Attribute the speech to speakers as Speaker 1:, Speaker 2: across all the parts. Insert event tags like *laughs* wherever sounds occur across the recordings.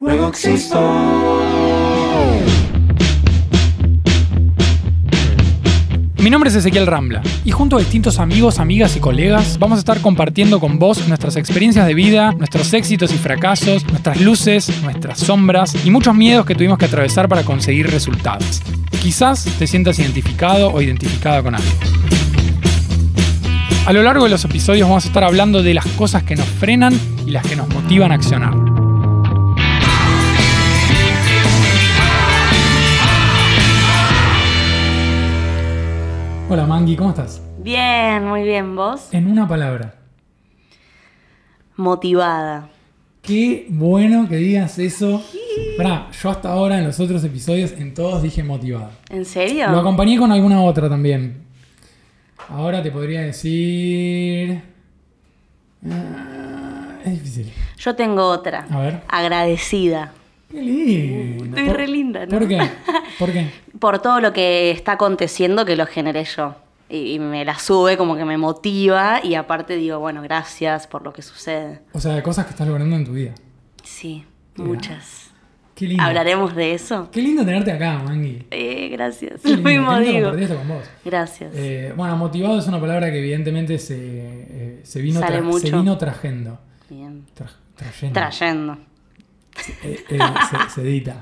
Speaker 1: Luego existo.
Speaker 2: Mi nombre es Ezequiel Rambla y junto a distintos amigos, amigas y colegas vamos a estar compartiendo con vos nuestras experiencias de vida, nuestros éxitos y fracasos, nuestras luces, nuestras sombras y muchos miedos que tuvimos que atravesar para conseguir resultados. Quizás te sientas identificado o identificada con algo. A lo largo de los episodios vamos a estar hablando de las cosas que nos frenan y las que nos motivan a accionar. Hola Mangi, ¿cómo estás?
Speaker 3: Bien, muy bien, vos.
Speaker 2: En una palabra,
Speaker 3: Motivada.
Speaker 2: Qué bueno que digas eso. Pará, yo hasta ahora en los otros episodios en todos dije motivada.
Speaker 3: ¿En serio?
Speaker 2: Lo acompañé con alguna otra también. Ahora te podría decir... Ah, es difícil.
Speaker 3: Yo tengo otra.
Speaker 2: A ver.
Speaker 3: Agradecida.
Speaker 2: Qué lindo.
Speaker 3: Estoy
Speaker 2: Por-
Speaker 3: re linda, ¿no?
Speaker 2: ¿Por
Speaker 3: *laughs*
Speaker 2: qué? ¿Por qué?
Speaker 3: Por todo lo que está aconteciendo que lo generé yo. Y, y me la sube, como que me motiva. Y aparte digo, bueno, gracias por lo que sucede.
Speaker 2: O sea, de cosas que estás logrando en tu vida.
Speaker 3: Sí, muchas.
Speaker 2: Qué lindo.
Speaker 3: ¿Hablaremos de eso?
Speaker 2: Qué lindo tenerte acá, Mangi.
Speaker 3: Eh, gracias.
Speaker 2: Qué
Speaker 3: *laughs* Lo
Speaker 2: lindo, qué
Speaker 3: mismo
Speaker 2: lindo
Speaker 3: digo.
Speaker 2: compartir esto con vos.
Speaker 3: Gracias.
Speaker 2: Eh, bueno, motivado es una palabra que evidentemente se, eh, se, vino,
Speaker 3: Sale
Speaker 2: tra- se
Speaker 3: mucho.
Speaker 2: vino trajendo.
Speaker 3: Bien.
Speaker 2: Tra- trayendo.
Speaker 3: Trayendo.
Speaker 2: Eh, eh, se, se edita.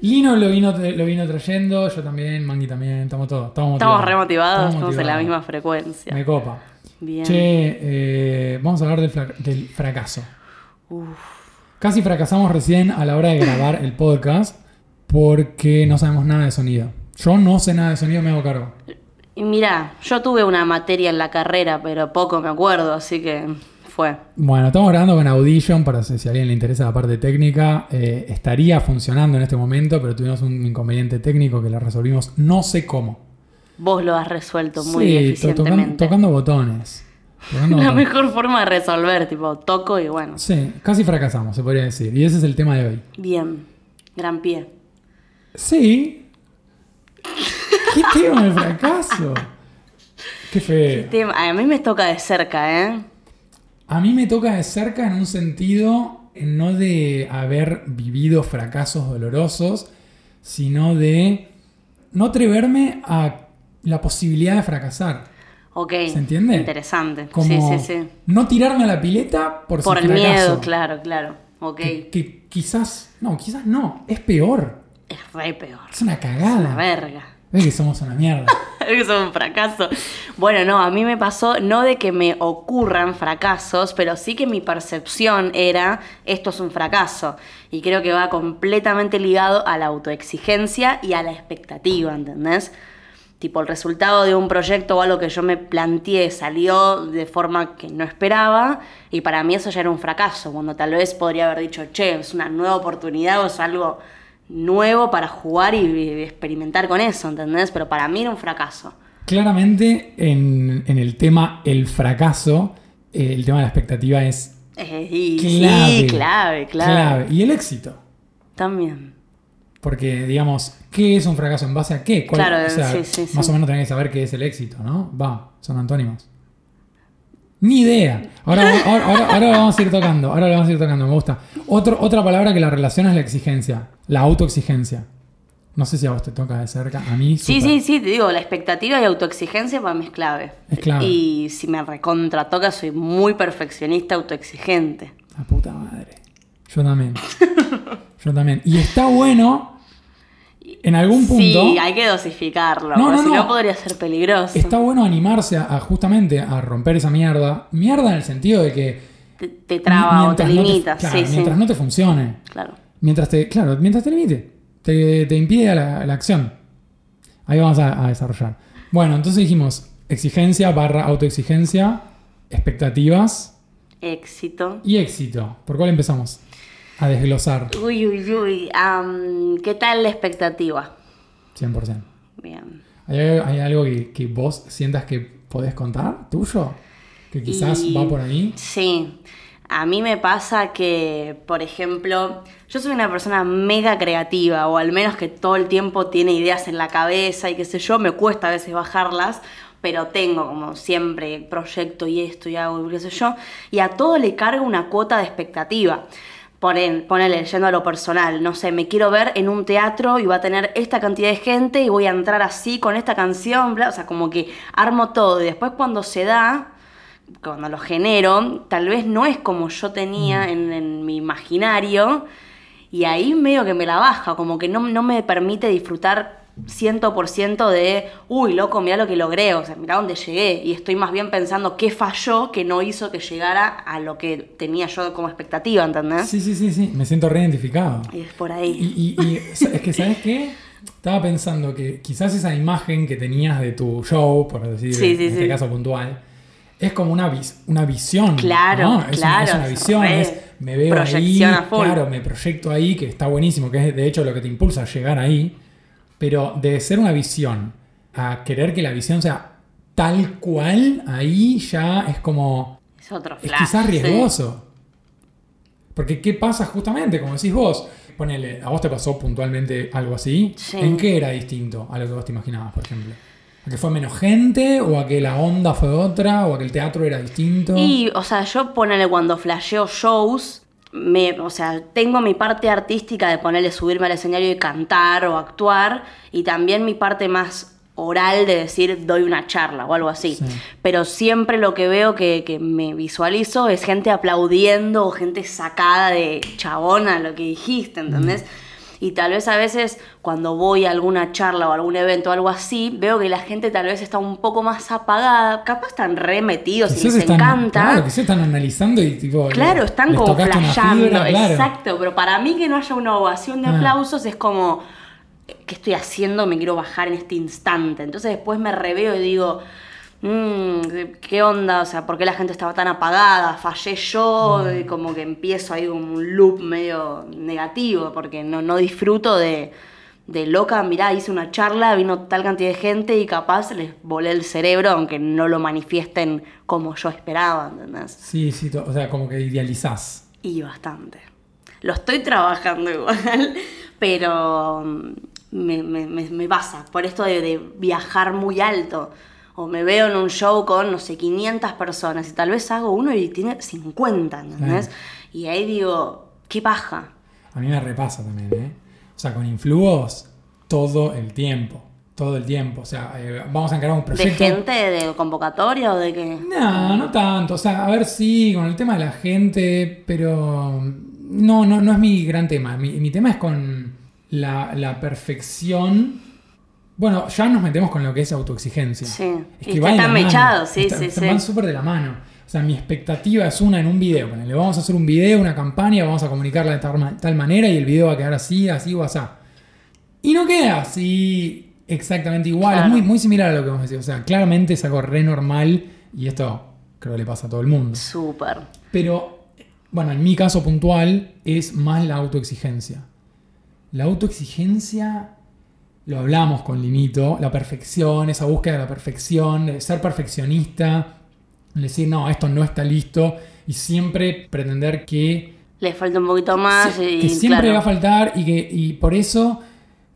Speaker 2: Lino lo vino, eh, lo vino trayendo, yo también, Mangi también, estamos todos. Estamos,
Speaker 3: Estamos
Speaker 2: motivados.
Speaker 3: re motivados, estamos en la
Speaker 2: motivados.
Speaker 3: misma frecuencia.
Speaker 2: Me copa.
Speaker 3: Bien.
Speaker 2: Che, eh, vamos a hablar del, fra- del fracaso. Casi fracasamos recién a la hora de grabar el podcast porque no sabemos nada de sonido. Yo no sé nada de sonido, me hago cargo.
Speaker 3: Y Mirá, yo tuve una materia en la carrera, pero poco me acuerdo, así que fue.
Speaker 2: Bueno, estamos grabando con Audition para si si a alguien le interesa la parte técnica. eh, estaría funcionando en este momento, pero tuvimos un inconveniente técnico que la resolvimos no sé cómo.
Speaker 3: Vos lo has resuelto
Speaker 2: Sí,
Speaker 3: muy
Speaker 2: to- tocan-
Speaker 3: eficientemente.
Speaker 2: tocando botones.
Speaker 3: *laughs*
Speaker 2: Tocando
Speaker 3: La
Speaker 2: botones.
Speaker 3: mejor forma de resolver, tipo, toco y bueno.
Speaker 2: Sí, casi fracasamos, se podría decir. Y ese es el tema de hoy.
Speaker 3: Bien, gran pie. *laughs*
Speaker 2: Sí. ¿Qué tema de fracaso? Qué feo.
Speaker 3: Tem- A mí me toca de cerca, ¿eh?
Speaker 2: A mí me toca de cerca en un sentido no de haber vivido fracasos dolorosos, sino de no atreverme a la posibilidad de fracasar.
Speaker 3: Ok.
Speaker 2: ¿Se entiende?
Speaker 3: Interesante.
Speaker 2: Como
Speaker 3: Sí, sí, sí.
Speaker 2: no tirarme a la pileta por, si
Speaker 3: Por el
Speaker 2: fracaso.
Speaker 3: miedo, claro, claro. Ok.
Speaker 2: Que, que quizás, no, quizás no, es peor.
Speaker 3: Es re peor.
Speaker 2: Es una cagada.
Speaker 3: La verga.
Speaker 2: Ves que somos una
Speaker 3: *laughs*
Speaker 2: mierda.
Speaker 3: Eso es un fracaso. Bueno, no, a mí me pasó no de que me ocurran fracasos, pero sí que mi percepción era esto es un fracaso. Y creo que va completamente ligado a la autoexigencia y a la expectativa, ¿entendés? Tipo, el resultado de un proyecto o algo que yo me planteé salió de forma que no esperaba y para mí eso ya era un fracaso, cuando tal vez podría haber dicho, che, es una nueva oportunidad o es algo nuevo para jugar y, y experimentar con eso, ¿entendés? Pero para mí era un fracaso.
Speaker 2: Claramente en, en el tema el fracaso, eh, el tema de la expectativa es
Speaker 3: Eh, y-
Speaker 2: clave.
Speaker 3: sí, clave, clave.
Speaker 2: clave. Y el éxito.
Speaker 3: También.
Speaker 2: Porque, digamos, ¿qué es un fracaso? ¿En base a qué? ¿Cuál-
Speaker 3: Claro,
Speaker 2: o sea,
Speaker 3: sí, sí, sí.
Speaker 2: Más o menos tenés que saber qué es el éxito, ¿no? Va, son antónimos. Ni idea. Ahora, ahora, ahora- ahora lo vamos a ir tocando. Ahora lo vamos a ir tocando, me gusta. Otro, otra palabra que la relaciona es la exigencia, la autoexigencia. No sé si a vos te toca de cerca, a mí.
Speaker 3: Sí,
Speaker 2: súper.
Speaker 3: sí, sí, te digo, la expectativa y autoexigencia para mí es clave.
Speaker 2: Es clave.
Speaker 3: Y si me recontratoca, soy muy perfeccionista, autoexigente.
Speaker 2: La puta madre. Yo también. *laughs* Yo también. Y está bueno, en algún punto,
Speaker 3: Sí, hay que dosificarlo,
Speaker 2: No,
Speaker 3: porque
Speaker 2: no,
Speaker 3: si no,
Speaker 2: no.
Speaker 3: podría ser peligroso.
Speaker 2: está bueno animarse a, a justamente a romper esa mierda. Mierda en el sentido de que...
Speaker 3: Te, te traba o te
Speaker 2: no
Speaker 3: limitas.
Speaker 2: claro,
Speaker 3: sí,
Speaker 2: mientras
Speaker 3: sí.
Speaker 2: no te funcione.
Speaker 3: Claro.
Speaker 2: Mientras te, claro, mientras te limite. Te, te impide la, la acción. Ahí vamos a, a desarrollar. Bueno, entonces dijimos exigencia barra autoexigencia, expectativas
Speaker 3: Éxito.
Speaker 2: y éxito. ¿Por cuál empezamos? A desglosar
Speaker 3: Uy, uy, uy. am, ¿Qué tal la expectativa?
Speaker 2: 100%.
Speaker 3: Bien.
Speaker 2: ¿Hay, hay algo que, que vos sientas que podés contar tuyo? Que quizás
Speaker 3: Y-
Speaker 2: va por ahí.
Speaker 3: Sí. A mí me pasa que, por ejemplo, yo soy una persona mega creativa, o al menos que todo el tiempo tiene ideas en la cabeza y qué sé yo, me cuesta a veces bajarlas, pero tengo como siempre proyecto y esto y hago y qué sé yo, y a todo le cargo una cuota de expectativa. ponen, ponele, yendo a lo personal, no sé, me quiero ver en un teatro y va a tener esta cantidad de gente y voy a entrar así con esta canción, bla, o sea, como que armo todo y después cuando se da, cuando lo genero, tal vez no es como yo
Speaker 2: Mm.
Speaker 3: tenía en, en mi imaginario y ahí medio que me la baja, como que no, no me permite disfrutar 100% de, uy, loco, mirá lo que logré, o sea, mirá dónde llegué y estoy más bien pensando qué falló que no hizo que llegara a lo que tenía yo como expectativa, ¿entendés?
Speaker 2: Sí, sí, sí, sí. Me siento reidentificado.
Speaker 3: Y es por
Speaker 2: Y,
Speaker 3: ahí.
Speaker 2: y- y es que, ¿sabes qué? Estaba pensando que quizás esa imagen que tenías de tu show, por decir,
Speaker 3: Sí, sí,
Speaker 2: en este
Speaker 3: sí.
Speaker 2: caso puntual, es como una, vis- una visión.
Speaker 3: Claro,
Speaker 2: ¿no? Es una-
Speaker 3: claro,
Speaker 2: es una
Speaker 3: es
Speaker 2: visión,
Speaker 3: re
Speaker 2: es me veo ahí,
Speaker 3: proyección a full.
Speaker 2: claro, me proyecto ahí, que está buenísimo, que es de hecho lo que te impulsa a llegar ahí. Pero de ser una visión a querer que la visión sea tal cual, ahí ya es como.
Speaker 3: Es otro
Speaker 2: Es
Speaker 3: flash.
Speaker 2: quizás
Speaker 3: sí.
Speaker 2: riesgoso. Porque ¿qué pasa justamente? Como decís vos, ponele, a vos te pasó puntualmente algo así.
Speaker 3: Sí.
Speaker 2: ¿En qué era distinto a lo que vos te imaginabas, por ejemplo? ¿A que fue menos gente? ¿O a que la onda fue otra? ¿O a que el teatro era distinto?
Speaker 3: Y, o sea, yo ponele cuando flasheo shows, me, o sea, tengo mi parte artística de ponerle subirme al escenario y cantar o actuar, y también mi parte más oral de decir doy una charla o algo así.
Speaker 2: Sí.
Speaker 3: Pero siempre lo que veo que, que me visualizo es gente aplaudiendo o gente sacada de chabona lo que dijiste, ¿entendés? Y tal vez a veces cuando voy a alguna charla o algún evento o algo así, veo que la gente tal vez está un poco más apagada, capaz están remetidos y les
Speaker 2: están,
Speaker 3: encanta.
Speaker 2: Claro, quizás están analizando y tipo...
Speaker 3: Claro,
Speaker 2: le-
Speaker 3: están
Speaker 2: les
Speaker 3: como
Speaker 2: tocaste una
Speaker 3: flasheando,
Speaker 2: fibra, claro.
Speaker 3: exacto, pero para mí que no haya una ovación de
Speaker 2: Ah.
Speaker 3: aplausos es como, ¿qué estoy haciendo? Me quiero bajar en este instante. Entonces después me reveo y digo, "Mm, ¿qué onda? O sea, ¿por qué la gente estaba tan apagada? ¿Fallé yo? Y como que empiezo ahí como un loop medio negativo, porque no, no disfruto de... De loca, mirá, hice una charla, vino tal cantidad de gente y capaz les volé el cerebro, aunque no lo manifiesten como yo esperaba, ¿entendés?
Speaker 2: Sí, sí, to- o sea, como que idealizás.
Speaker 3: Y bastante. Lo estoy trabajando igual, *laughs* pero mm, me, me- me- me pasa por esto de, de viajar muy alto. O me veo en un show con, no sé, 500 personas y tal vez hago uno y tiene 50, ¿entendés?
Speaker 2: Claro.
Speaker 3: Y ahí digo, qué paja.
Speaker 2: A mí me repasa también, ¿eh? O sea, con influos todo el tiempo. Todo el tiempo. O sea, eh, vamos a encarar un
Speaker 3: ¿De
Speaker 2: proyecto...
Speaker 3: gente, de convocatoria o de qué?
Speaker 2: No, no tanto. O sea, a ver, sí, con el tema de la gente, pero no, no, no es mi gran tema. Mi, mi tema es con la, la perfección. Bueno, ya nos metemos con lo que es autoexigencia.
Speaker 3: Sí.
Speaker 2: Es
Speaker 3: Y
Speaker 2: que
Speaker 3: está
Speaker 2: va de la
Speaker 3: tan
Speaker 2: mano.
Speaker 3: mechado, sí,
Speaker 2: Está-
Speaker 3: sí,
Speaker 2: está-
Speaker 3: sí.
Speaker 2: Van súper de la mano. O sea, mi expectativa es una en un video. Le vamos a hacer un video, una campaña, vamos a comunicarla de tal, ma- tal manera y el video va a quedar así, así o así. Y no queda así exactamente igual.
Speaker 3: Claro.
Speaker 2: Es muy, muy similar a lo que vos decís. O sea, claramente es algo re normal y esto creo que le pasa a todo el mundo.
Speaker 3: Súper.
Speaker 2: Pero, bueno, en mi caso puntual es más la autoexigencia. La autoexigencia, lo hablamos con Linito, la perfección, esa búsqueda de la perfección, de ser perfeccionista, decir, no, esto no está listo, y siempre pretender que,
Speaker 3: Le falta un poquito más
Speaker 2: se-
Speaker 3: y
Speaker 2: que siempre
Speaker 3: Ah, claro.
Speaker 2: va a faltar y que y por eso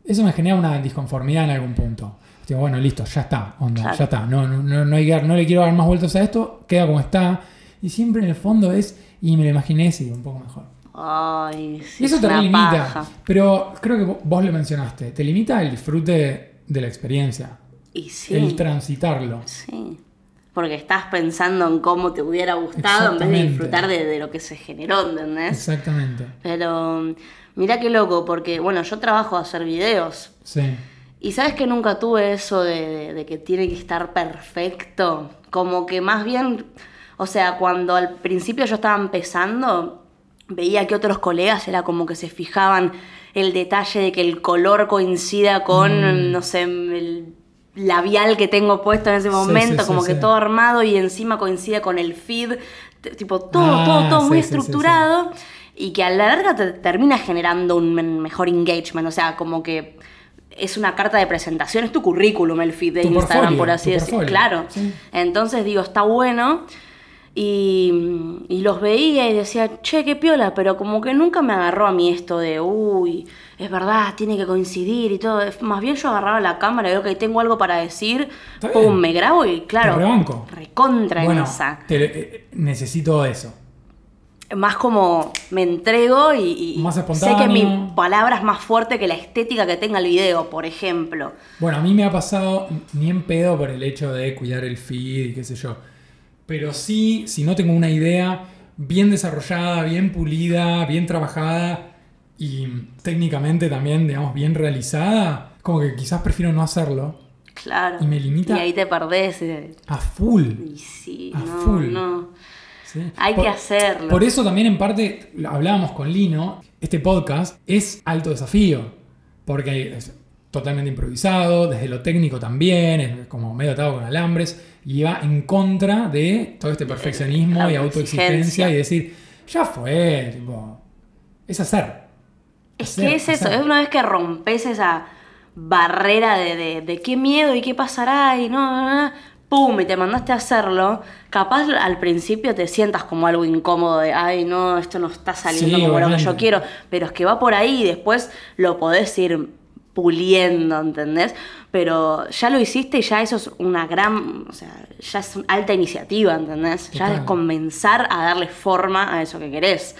Speaker 2: eso me genera una disconformidad en algún punto. Digo, bueno, listo, ya está, onda,
Speaker 3: Claro.
Speaker 2: ya está. No, no, no, no hay que dar- no le quiero dar más vueltas a esto, queda como está. Y siempre en el fondo es, y me lo imaginé así, un poco mejor.
Speaker 3: Ay, sí,
Speaker 2: Y eso
Speaker 3: es
Speaker 2: te
Speaker 3: una
Speaker 2: limita.
Speaker 3: paja.
Speaker 2: Pero creo que vo- vos lo mencionaste. Te limita el disfrute de la experiencia.
Speaker 3: Y sí.
Speaker 2: El transitarlo.
Speaker 3: Sí. Porque estás pensando en cómo te hubiera gustado en vez de
Speaker 2: Exactamente.
Speaker 3: disfrutar de, de lo que se generó, ¿entendés?
Speaker 2: Exactamente.
Speaker 3: Pero mira qué loco, porque bueno, yo trabajo a hacer videos.
Speaker 2: Sí.
Speaker 3: Y sabes que nunca tuve eso de, de- de que tiene que estar perfecto. Como que más bien, o sea, cuando al principio yo estaba empezando, veía que otros colegas era como que se fijaban el detalle de que el color coincida
Speaker 2: Mm.
Speaker 3: con, no sé, el labial que tengo puesto en ese
Speaker 2: Sí,
Speaker 3: momento,
Speaker 2: sí, sí,
Speaker 3: como que
Speaker 2: sí.
Speaker 3: todo armado y encima coincida con el feed, t- tipo todo,
Speaker 2: Ah,
Speaker 3: todo, todo
Speaker 2: sí,
Speaker 3: muy
Speaker 2: sí, sí, sí.
Speaker 3: estructurado resultado y que a la larga te termina generando un men- mejor engagement. O sea, como que es una carta de presentación, es tu currículum el feed de
Speaker 2: Tu
Speaker 3: Instagram,
Speaker 2: portfolio,
Speaker 3: por así
Speaker 2: tu
Speaker 3: decirlo.
Speaker 2: portfolio,
Speaker 3: Claro.
Speaker 2: sí.
Speaker 3: Entonces digo, está bueno. Y, y los veía y decía, che, qué piola, pero como que nunca me agarró a mí esto de, uy, es verdad, tiene que coincidir y todo. Más bien yo agarraba la cámara y veo que tengo algo para decir,
Speaker 2: Está
Speaker 3: pum,
Speaker 2: bien.
Speaker 3: me grabo y claro,
Speaker 2: rebanco.
Speaker 3: recontra en
Speaker 2: Bueno,
Speaker 3: esa.
Speaker 2: te- eh, necesito eso.
Speaker 3: más como me entrego y, y
Speaker 2: Más
Speaker 3: sé que mi
Speaker 2: espontáneo.
Speaker 3: palabra es más fuerte que la estética que tenga el video, por ejemplo.
Speaker 2: Bueno, a mí me ha pasado ni en pedo por el hecho de cuidar el feed y qué sé yo. Pero sí, si no tengo una idea bien desarrollada, bien pulida, bien trabajada y técnicamente también, digamos, bien realizada, como que quizás prefiero no hacerlo
Speaker 3: Claro.
Speaker 2: Y me limita-
Speaker 3: Y ahí te perdés. eh.
Speaker 2: a full.
Speaker 3: Y sí,
Speaker 2: A
Speaker 3: no,
Speaker 2: full.
Speaker 3: no.
Speaker 2: ¿sí?
Speaker 3: Hay
Speaker 2: Por-
Speaker 3: que hacerlo.
Speaker 2: Por eso también en parte hablábamos con Lino, este podcast es alto desafío, porque es totalmente improvisado, desde lo técnico también, es como medio atado con alambres, y va en contra de todo
Speaker 3: Eh,
Speaker 2: este perfeccionismo y autoexigencia y decir, ya fue, tipo, es hacer.
Speaker 3: Es
Speaker 2: Hacer,
Speaker 3: que es eso,
Speaker 2: hacer.
Speaker 3: es una vez que rompes esa barrera de, de- de qué miedo y qué pasará y no, no, no, pum, y te mandaste a hacerlo, capaz al principio te sientas como algo incómodo de, ay, no, esto no está saliendo
Speaker 2: Sí,
Speaker 3: como lo que
Speaker 2: obviamente.
Speaker 3: yo quiero, pero es que va por ahí y después lo podés ir puliendo, ¿entendés? Pero ya lo hiciste y ya eso es una gran, o sea, ya es una alta iniciativa, ¿entendés? Ya es
Speaker 2: Total. Mm.
Speaker 3: comenzar a darle forma a eso que querés.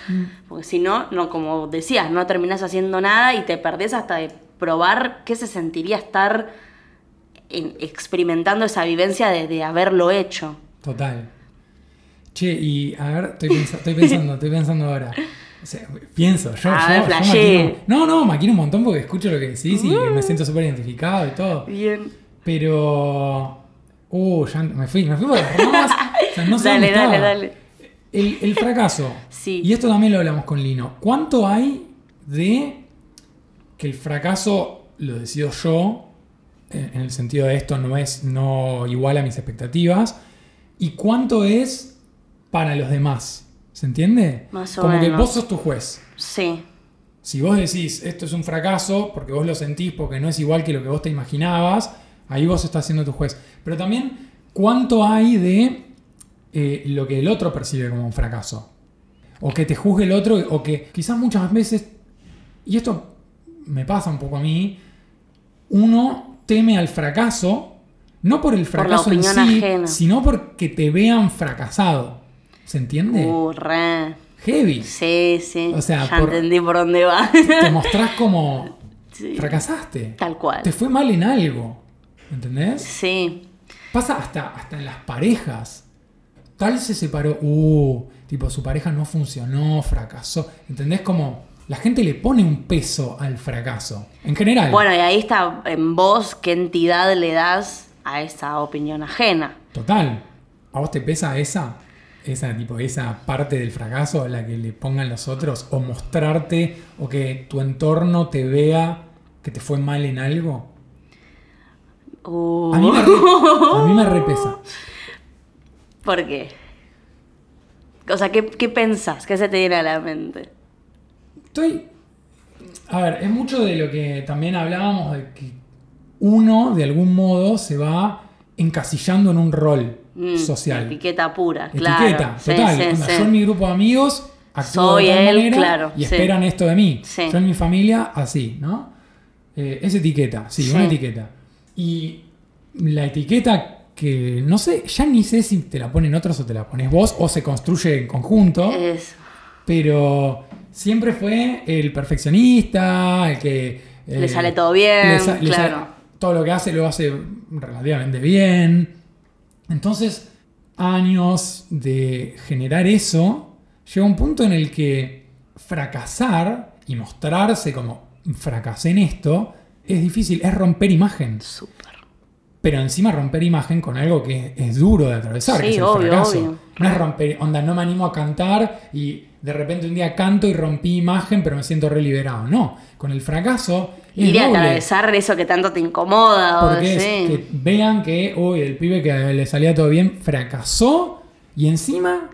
Speaker 3: Porque si no, no, como decías, no terminás haciendo nada y te perdés hasta de probar qué se sentiría estar en- experimentando esa vivencia de, de haberlo hecho.
Speaker 2: Total. Che, y a ver, estoy, pensa- estoy pensando, estoy pensando ahora. O sea, pienso, yo,
Speaker 3: A
Speaker 2: yo,
Speaker 3: ver,
Speaker 2: yo
Speaker 3: flashé. Uh.
Speaker 2: maquino- No, no, maquino un montón porque escucho lo que decís y me siento súper identificado y todo.
Speaker 3: Bien.
Speaker 2: Pero. Uh, ya me fui, me fui por las ramas. O sea, no sé
Speaker 3: dale,
Speaker 2: dónde
Speaker 3: dale,
Speaker 2: estaba.
Speaker 3: dale.
Speaker 2: El, el fracaso.
Speaker 3: Sí.
Speaker 2: Y esto también lo hablamos con Lino. ¿Cuánto hay de que el fracaso lo decido yo? En en el sentido de esto no es no igual a mis expectativas. ¿Y cuánto es para los demás? ¿Se entiende?
Speaker 3: Más o
Speaker 2: Como que
Speaker 3: menos.
Speaker 2: vos sos tu juez.
Speaker 3: Sí.
Speaker 2: Si vos decís esto es un fracaso porque vos lo sentís, porque no es igual que lo que vos te imaginabas, ahí vos estás siendo tu juez. Pero también, ¿cuánto hay de eh, lo que el otro percibe como un fracaso? O que te juzgue el otro, o que quizás muchas veces, y esto me pasa un poco a mí, uno teme al fracaso, no por el
Speaker 3: la
Speaker 2: fracaso en
Speaker 3: opinión
Speaker 2: sí,
Speaker 3: ajena.
Speaker 2: sino porque te vean fracasado. ¿Se entiende?
Speaker 3: Uh, re.
Speaker 2: Heavy.
Speaker 3: Sí, sí.
Speaker 2: O sea,
Speaker 3: ya
Speaker 2: por-
Speaker 3: entendí por dónde va.
Speaker 2: Te mostrás como
Speaker 3: *laughs* Sí.
Speaker 2: fracasaste.
Speaker 3: Tal cual.
Speaker 2: Te fue mal en algo. ¿Entendés?
Speaker 3: Sí.
Speaker 2: Pasa hasta, hasta en las parejas. Tal se separó. Uh, tipo, su pareja no funcionó, fracasó. ¿Entendés? Como la gente le pone un peso al fracaso. En general.
Speaker 3: Bueno, y ahí está en vos qué entidad le das a esa opinión ajena.
Speaker 2: Total. ¿A vos te pesa esa? Esa, tipo, esa parte del fracaso a la que le pongan los otros. O mostrarte. O que tu entorno te vea que te fue mal en algo.
Speaker 3: Uh,
Speaker 2: A mí me, re- a mí me repesa.
Speaker 3: *laughs* ¿Por qué? O sea, ¿qué, qué pensás? ¿Qué se te viene a la mente?
Speaker 2: Estoy. A ver, es mucho de lo que también hablábamos de que uno, de algún modo, se va encasillando en un rol
Speaker 3: Mm,
Speaker 2: social.
Speaker 3: Etiqueta pura, claro.
Speaker 2: Etiqueta,
Speaker 3: Sí,
Speaker 2: total.
Speaker 3: sí,
Speaker 2: Onda,
Speaker 3: sí.
Speaker 2: Yo en mi grupo de amigos actúo
Speaker 3: Soy
Speaker 2: de tal
Speaker 3: él,
Speaker 2: manera
Speaker 3: claro,
Speaker 2: y
Speaker 3: sí.
Speaker 2: esperan esto de mí.
Speaker 3: Sí.
Speaker 2: Yo en mi familia, así, ¿no? Eh, es etiqueta, sí,
Speaker 3: Sí.
Speaker 2: una etiqueta. Y la etiqueta que no sé, ya ni sé si te la ponen otros o te la pones vos o se construye en conjunto
Speaker 3: Es-
Speaker 2: pero siempre fue el perfeccionista, el que... eh,
Speaker 3: Le sale todo bien,
Speaker 2: le sa- le
Speaker 3: claro.
Speaker 2: sale- todo lo que hace lo hace relativamente bien. Entonces, años de generar eso, llega un punto en el que fracasar y mostrarse como fracasé en esto, es difícil, es romper imagen.
Speaker 3: Súper.
Speaker 2: Pero encima romper imagen con algo que es duro de atravesar,
Speaker 3: Sí,
Speaker 2: que es el
Speaker 3: obvio,
Speaker 2: fracaso.
Speaker 3: obvio.
Speaker 2: No es romper, onda, no me animo a cantar y de repente un día canto y rompí imagen, pero me siento re liberado. No, con el fracaso es
Speaker 3: Ir a
Speaker 2: doble,
Speaker 3: atravesar eso que tanto te incomoda. o
Speaker 2: Porque es
Speaker 3: sí.
Speaker 2: que vean que, uy, el pibe que le salía todo bien fracasó y encima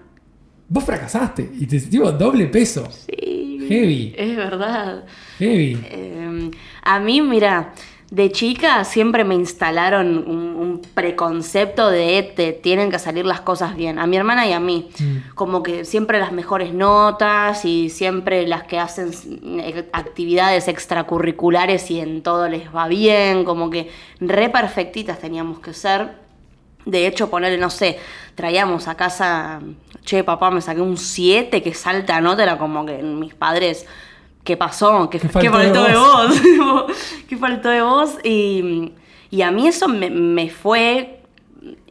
Speaker 2: vos fracasaste y te tipo doble peso.
Speaker 3: Sí.
Speaker 2: Heavy.
Speaker 3: Es verdad.
Speaker 2: Heavy.
Speaker 3: Eh, a mí, mira, de chica siempre me instalaron un, un preconcepto de te tienen que salir las cosas bien, a mi hermana y a mí.
Speaker 2: Mm.
Speaker 3: Como que siempre las mejores notas y siempre las que hacen eh, actividades extracurriculares y en todo les va bien, como que re perfectitas teníamos que ser. De hecho, ponerle, no sé, traíamos a casa, che, papá, me saqué un 7, que salta nota, era como que mis padres, ¿qué pasó? ¿Qué,
Speaker 2: ¿Qué
Speaker 3: qué
Speaker 2: faltó
Speaker 3: faltó,
Speaker 2: de
Speaker 3: de
Speaker 2: vos?
Speaker 3: *laughs* vos? ¿Qué faltó de vos? Y, y a mí eso me, me fue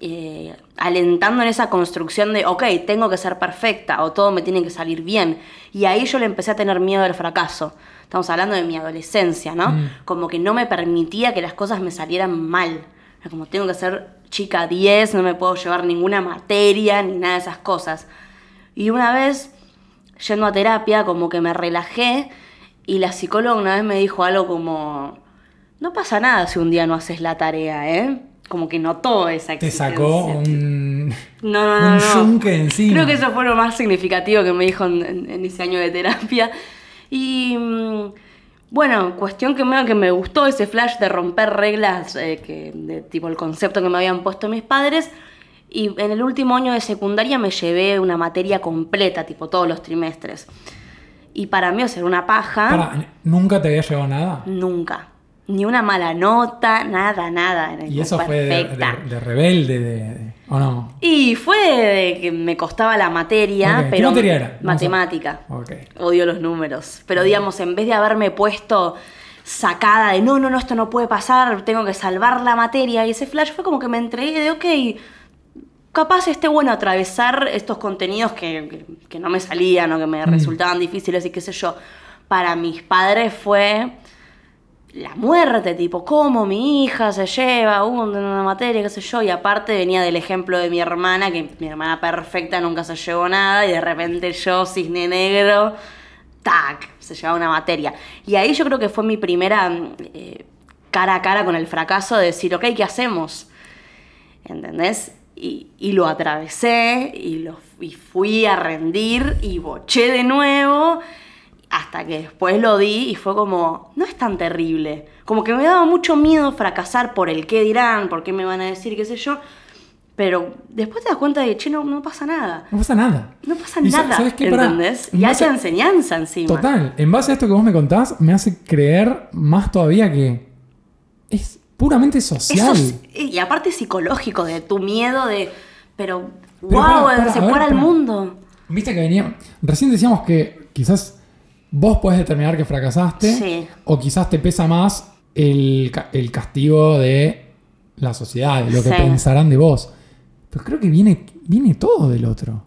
Speaker 3: eh, alentando en esa construcción de, ok, tengo que ser perfecta o todo me tiene que salir bien. Y ahí yo le empecé a tener miedo al fracaso. Estamos hablando de mi adolescencia, ¿no?
Speaker 2: Mm.
Speaker 3: Como que no me permitía que las cosas me salieran mal. Era Como tengo que ser chica 10, no me puedo llevar ninguna materia ni nada de esas cosas. Y una vez, yendo a terapia, como que me relajé y la psicóloga una vez me dijo algo como, no pasa nada si un día no haces la tarea, ¿eh? Como que notó esa
Speaker 2: Te
Speaker 3: exigencia.
Speaker 2: sacó un.
Speaker 3: No, no, no,
Speaker 2: un
Speaker 3: no.
Speaker 2: yunque encima.
Speaker 3: Creo que eso fue lo más significativo que me dijo en, en- en ese año de terapia. Y mm, bueno, cuestión que me, que me gustó ese flash de romper reglas, eh, que, de tipo el concepto que me habían puesto mis padres. Y en el último año de secundaria me llevé una materia completa, tipo todos los trimestres. Y para mí, o sea, era una paja.
Speaker 2: Pará, ¿nunca te había llevado nada?
Speaker 3: Nunca. Ni una mala nota, nada, nada. Era
Speaker 2: Y eso fue de,
Speaker 3: perfecta.
Speaker 2: de- de rebelde, de, de- ¿o no?
Speaker 3: Y fue de que me costaba la materia,
Speaker 2: Ok, ¿qué
Speaker 3: pero.
Speaker 2: materia era? No sé.
Speaker 3: Matemática.
Speaker 2: Ok.
Speaker 3: Odio los números. Pero digamos, en vez de haberme puesto sacada de no, no, no, esto no puede pasar, tengo que salvar la materia. Y ese flash fue como que me entregué de ok. Capaz esté bueno atravesar estos contenidos que, que- que no me salían o que me
Speaker 2: Mm.
Speaker 3: resultaban difíciles y qué sé yo. Para mis padres fue la muerte, tipo, ¿cómo mi hija se lleva un- una materia, qué sé yo? Y aparte venía del ejemplo de mi hermana, que mi hermana perfecta nunca se llevó nada, y de repente yo, cisne negro, tac, se llevaba una materia. Y ahí yo creo que fue mi primera eh, cara a cara con el fracaso de decir, ok, ¿qué hacemos? ¿Entendés? Y, y lo atravesé y, lo, y fui a rendir y boché de nuevo hasta que después lo di y fue como, no es tan terrible. Como que me daba mucho miedo fracasar por el qué dirán, por qué me van a decir, qué sé yo. Pero después te das cuenta de que, che, no, no pasa nada.
Speaker 2: No pasa nada.
Speaker 3: No pasa
Speaker 2: Y sa-
Speaker 3: nada,
Speaker 2: ¿sabes qué? Pará,
Speaker 3: ¿entendés?
Speaker 2: en
Speaker 3: Y
Speaker 2: base-
Speaker 3: haya enseñanza encima.
Speaker 2: Total, en base a esto que vos me contás, me hace creer más todavía que es puramente social.
Speaker 3: Eso es- y aparte psicológico, de tu miedo de, pero,
Speaker 2: Pero
Speaker 3: wow,
Speaker 2: pará, pará,
Speaker 3: se
Speaker 2: a ver,
Speaker 3: fuera al
Speaker 2: pará.
Speaker 3: mundo.
Speaker 2: Viste que venía. Recién decíamos que quizás vos podés determinar que fracasaste.
Speaker 3: Sí.
Speaker 2: O quizás te pesa más el, ca- el castigo de la sociedad, de lo que
Speaker 3: Sí.
Speaker 2: pensarán de vos. Pero creo que viene, viene todo del otro.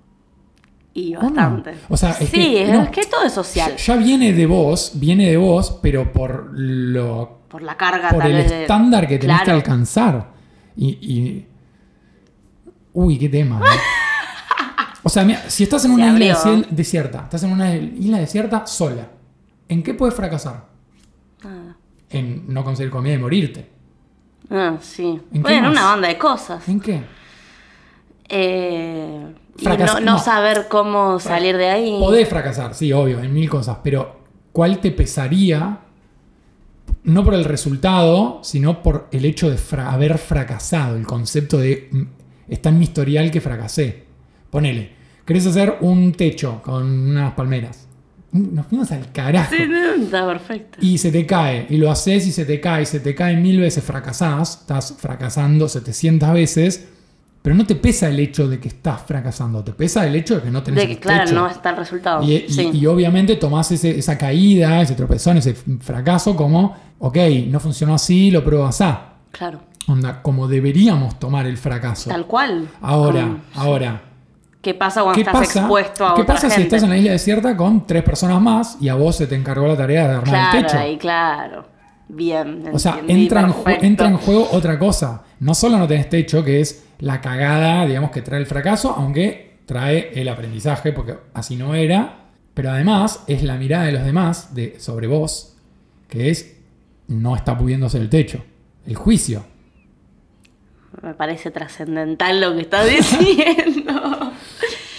Speaker 3: Y
Speaker 2: ¿O no?
Speaker 3: bastante.
Speaker 2: O sea, es
Speaker 3: sí,
Speaker 2: que,
Speaker 3: es,
Speaker 2: no.
Speaker 3: es que todo es social.
Speaker 2: Ya, ya viene de vos, viene de vos, pero por lo.
Speaker 3: por la carga
Speaker 2: por
Speaker 3: Ah, tal
Speaker 2: el
Speaker 3: vez. de-
Speaker 2: estándar que tenés que
Speaker 3: Claro.
Speaker 2: alcanzar. Y. y- Uy, qué
Speaker 3: *laughs*
Speaker 2: tema. ¿no? O sea, mira, si estás en
Speaker 3: Se
Speaker 2: una isla
Speaker 3: abrió.
Speaker 2: desiel- desierta, estás en una isla desierta sola, ¿en qué puedes fracasar?
Speaker 3: Nada.
Speaker 2: En no conseguir comida y morirte.
Speaker 3: Ah, sí.
Speaker 2: ¿En qué
Speaker 3: Bueno,
Speaker 2: más?
Speaker 3: una banda de cosas.
Speaker 2: ¿En qué?
Speaker 3: Eh, y
Speaker 2: Fracas-
Speaker 3: no, no
Speaker 2: no.
Speaker 3: saber cómo salir de ahí.
Speaker 2: Podés fracasar, sí, obvio, en mil cosas, pero ¿cuál te pesaría? No por el resultado, sino por el hecho de fra- haber fracasado, el concepto de mm, está en mi historial que fracasé. Ponele, querés hacer un techo con unas palmeras. Mm, Nos fuimos al carajo.
Speaker 3: Sí, no, está perfecto.
Speaker 2: Y se te cae, y lo haces y se te cae, y se te cae mil veces, fracasás, estás fracasando 700 veces, pero no te pesa el hecho de que estás fracasando, te pesa el hecho de que no tenés
Speaker 3: De que,
Speaker 2: el
Speaker 3: claro,
Speaker 2: techo.
Speaker 3: no está el resultado.
Speaker 2: Y, y-
Speaker 3: Oh, sí.
Speaker 2: y obviamente tomás ese- esa caída, ese tropezón, ese fracaso como, ok, no funcionó así, lo pruebo así.
Speaker 3: claro.
Speaker 2: Onda, como deberíamos tomar el fracaso.
Speaker 3: Tal cual.
Speaker 2: Ahora,
Speaker 3: Como,
Speaker 2: ahora.
Speaker 3: ¿Qué pasa cuando
Speaker 2: ¿Qué
Speaker 3: estás
Speaker 2: pasa,
Speaker 3: expuesto a
Speaker 2: ¿qué
Speaker 3: otra
Speaker 2: pasa si
Speaker 3: gente?
Speaker 2: estás en la isla desierta con tres personas más y a vos se te encargó la tarea de armar el
Speaker 3: Claro,
Speaker 2: techo?
Speaker 3: ahí, claro. Bien.
Speaker 2: O sea,
Speaker 3: entendí,
Speaker 2: entra en, ju-
Speaker 3: perfecto.
Speaker 2: entra en juego otra cosa. No solo no tenés techo, que es la cagada, digamos, que trae el fracaso, aunque trae el aprendizaje, porque así no era. Pero además es la mirada de los demás de, sobre vos, que es no está pudiéndose el techo. El juicio.
Speaker 3: Me parece trascendental lo que estás *laughs* diciendo.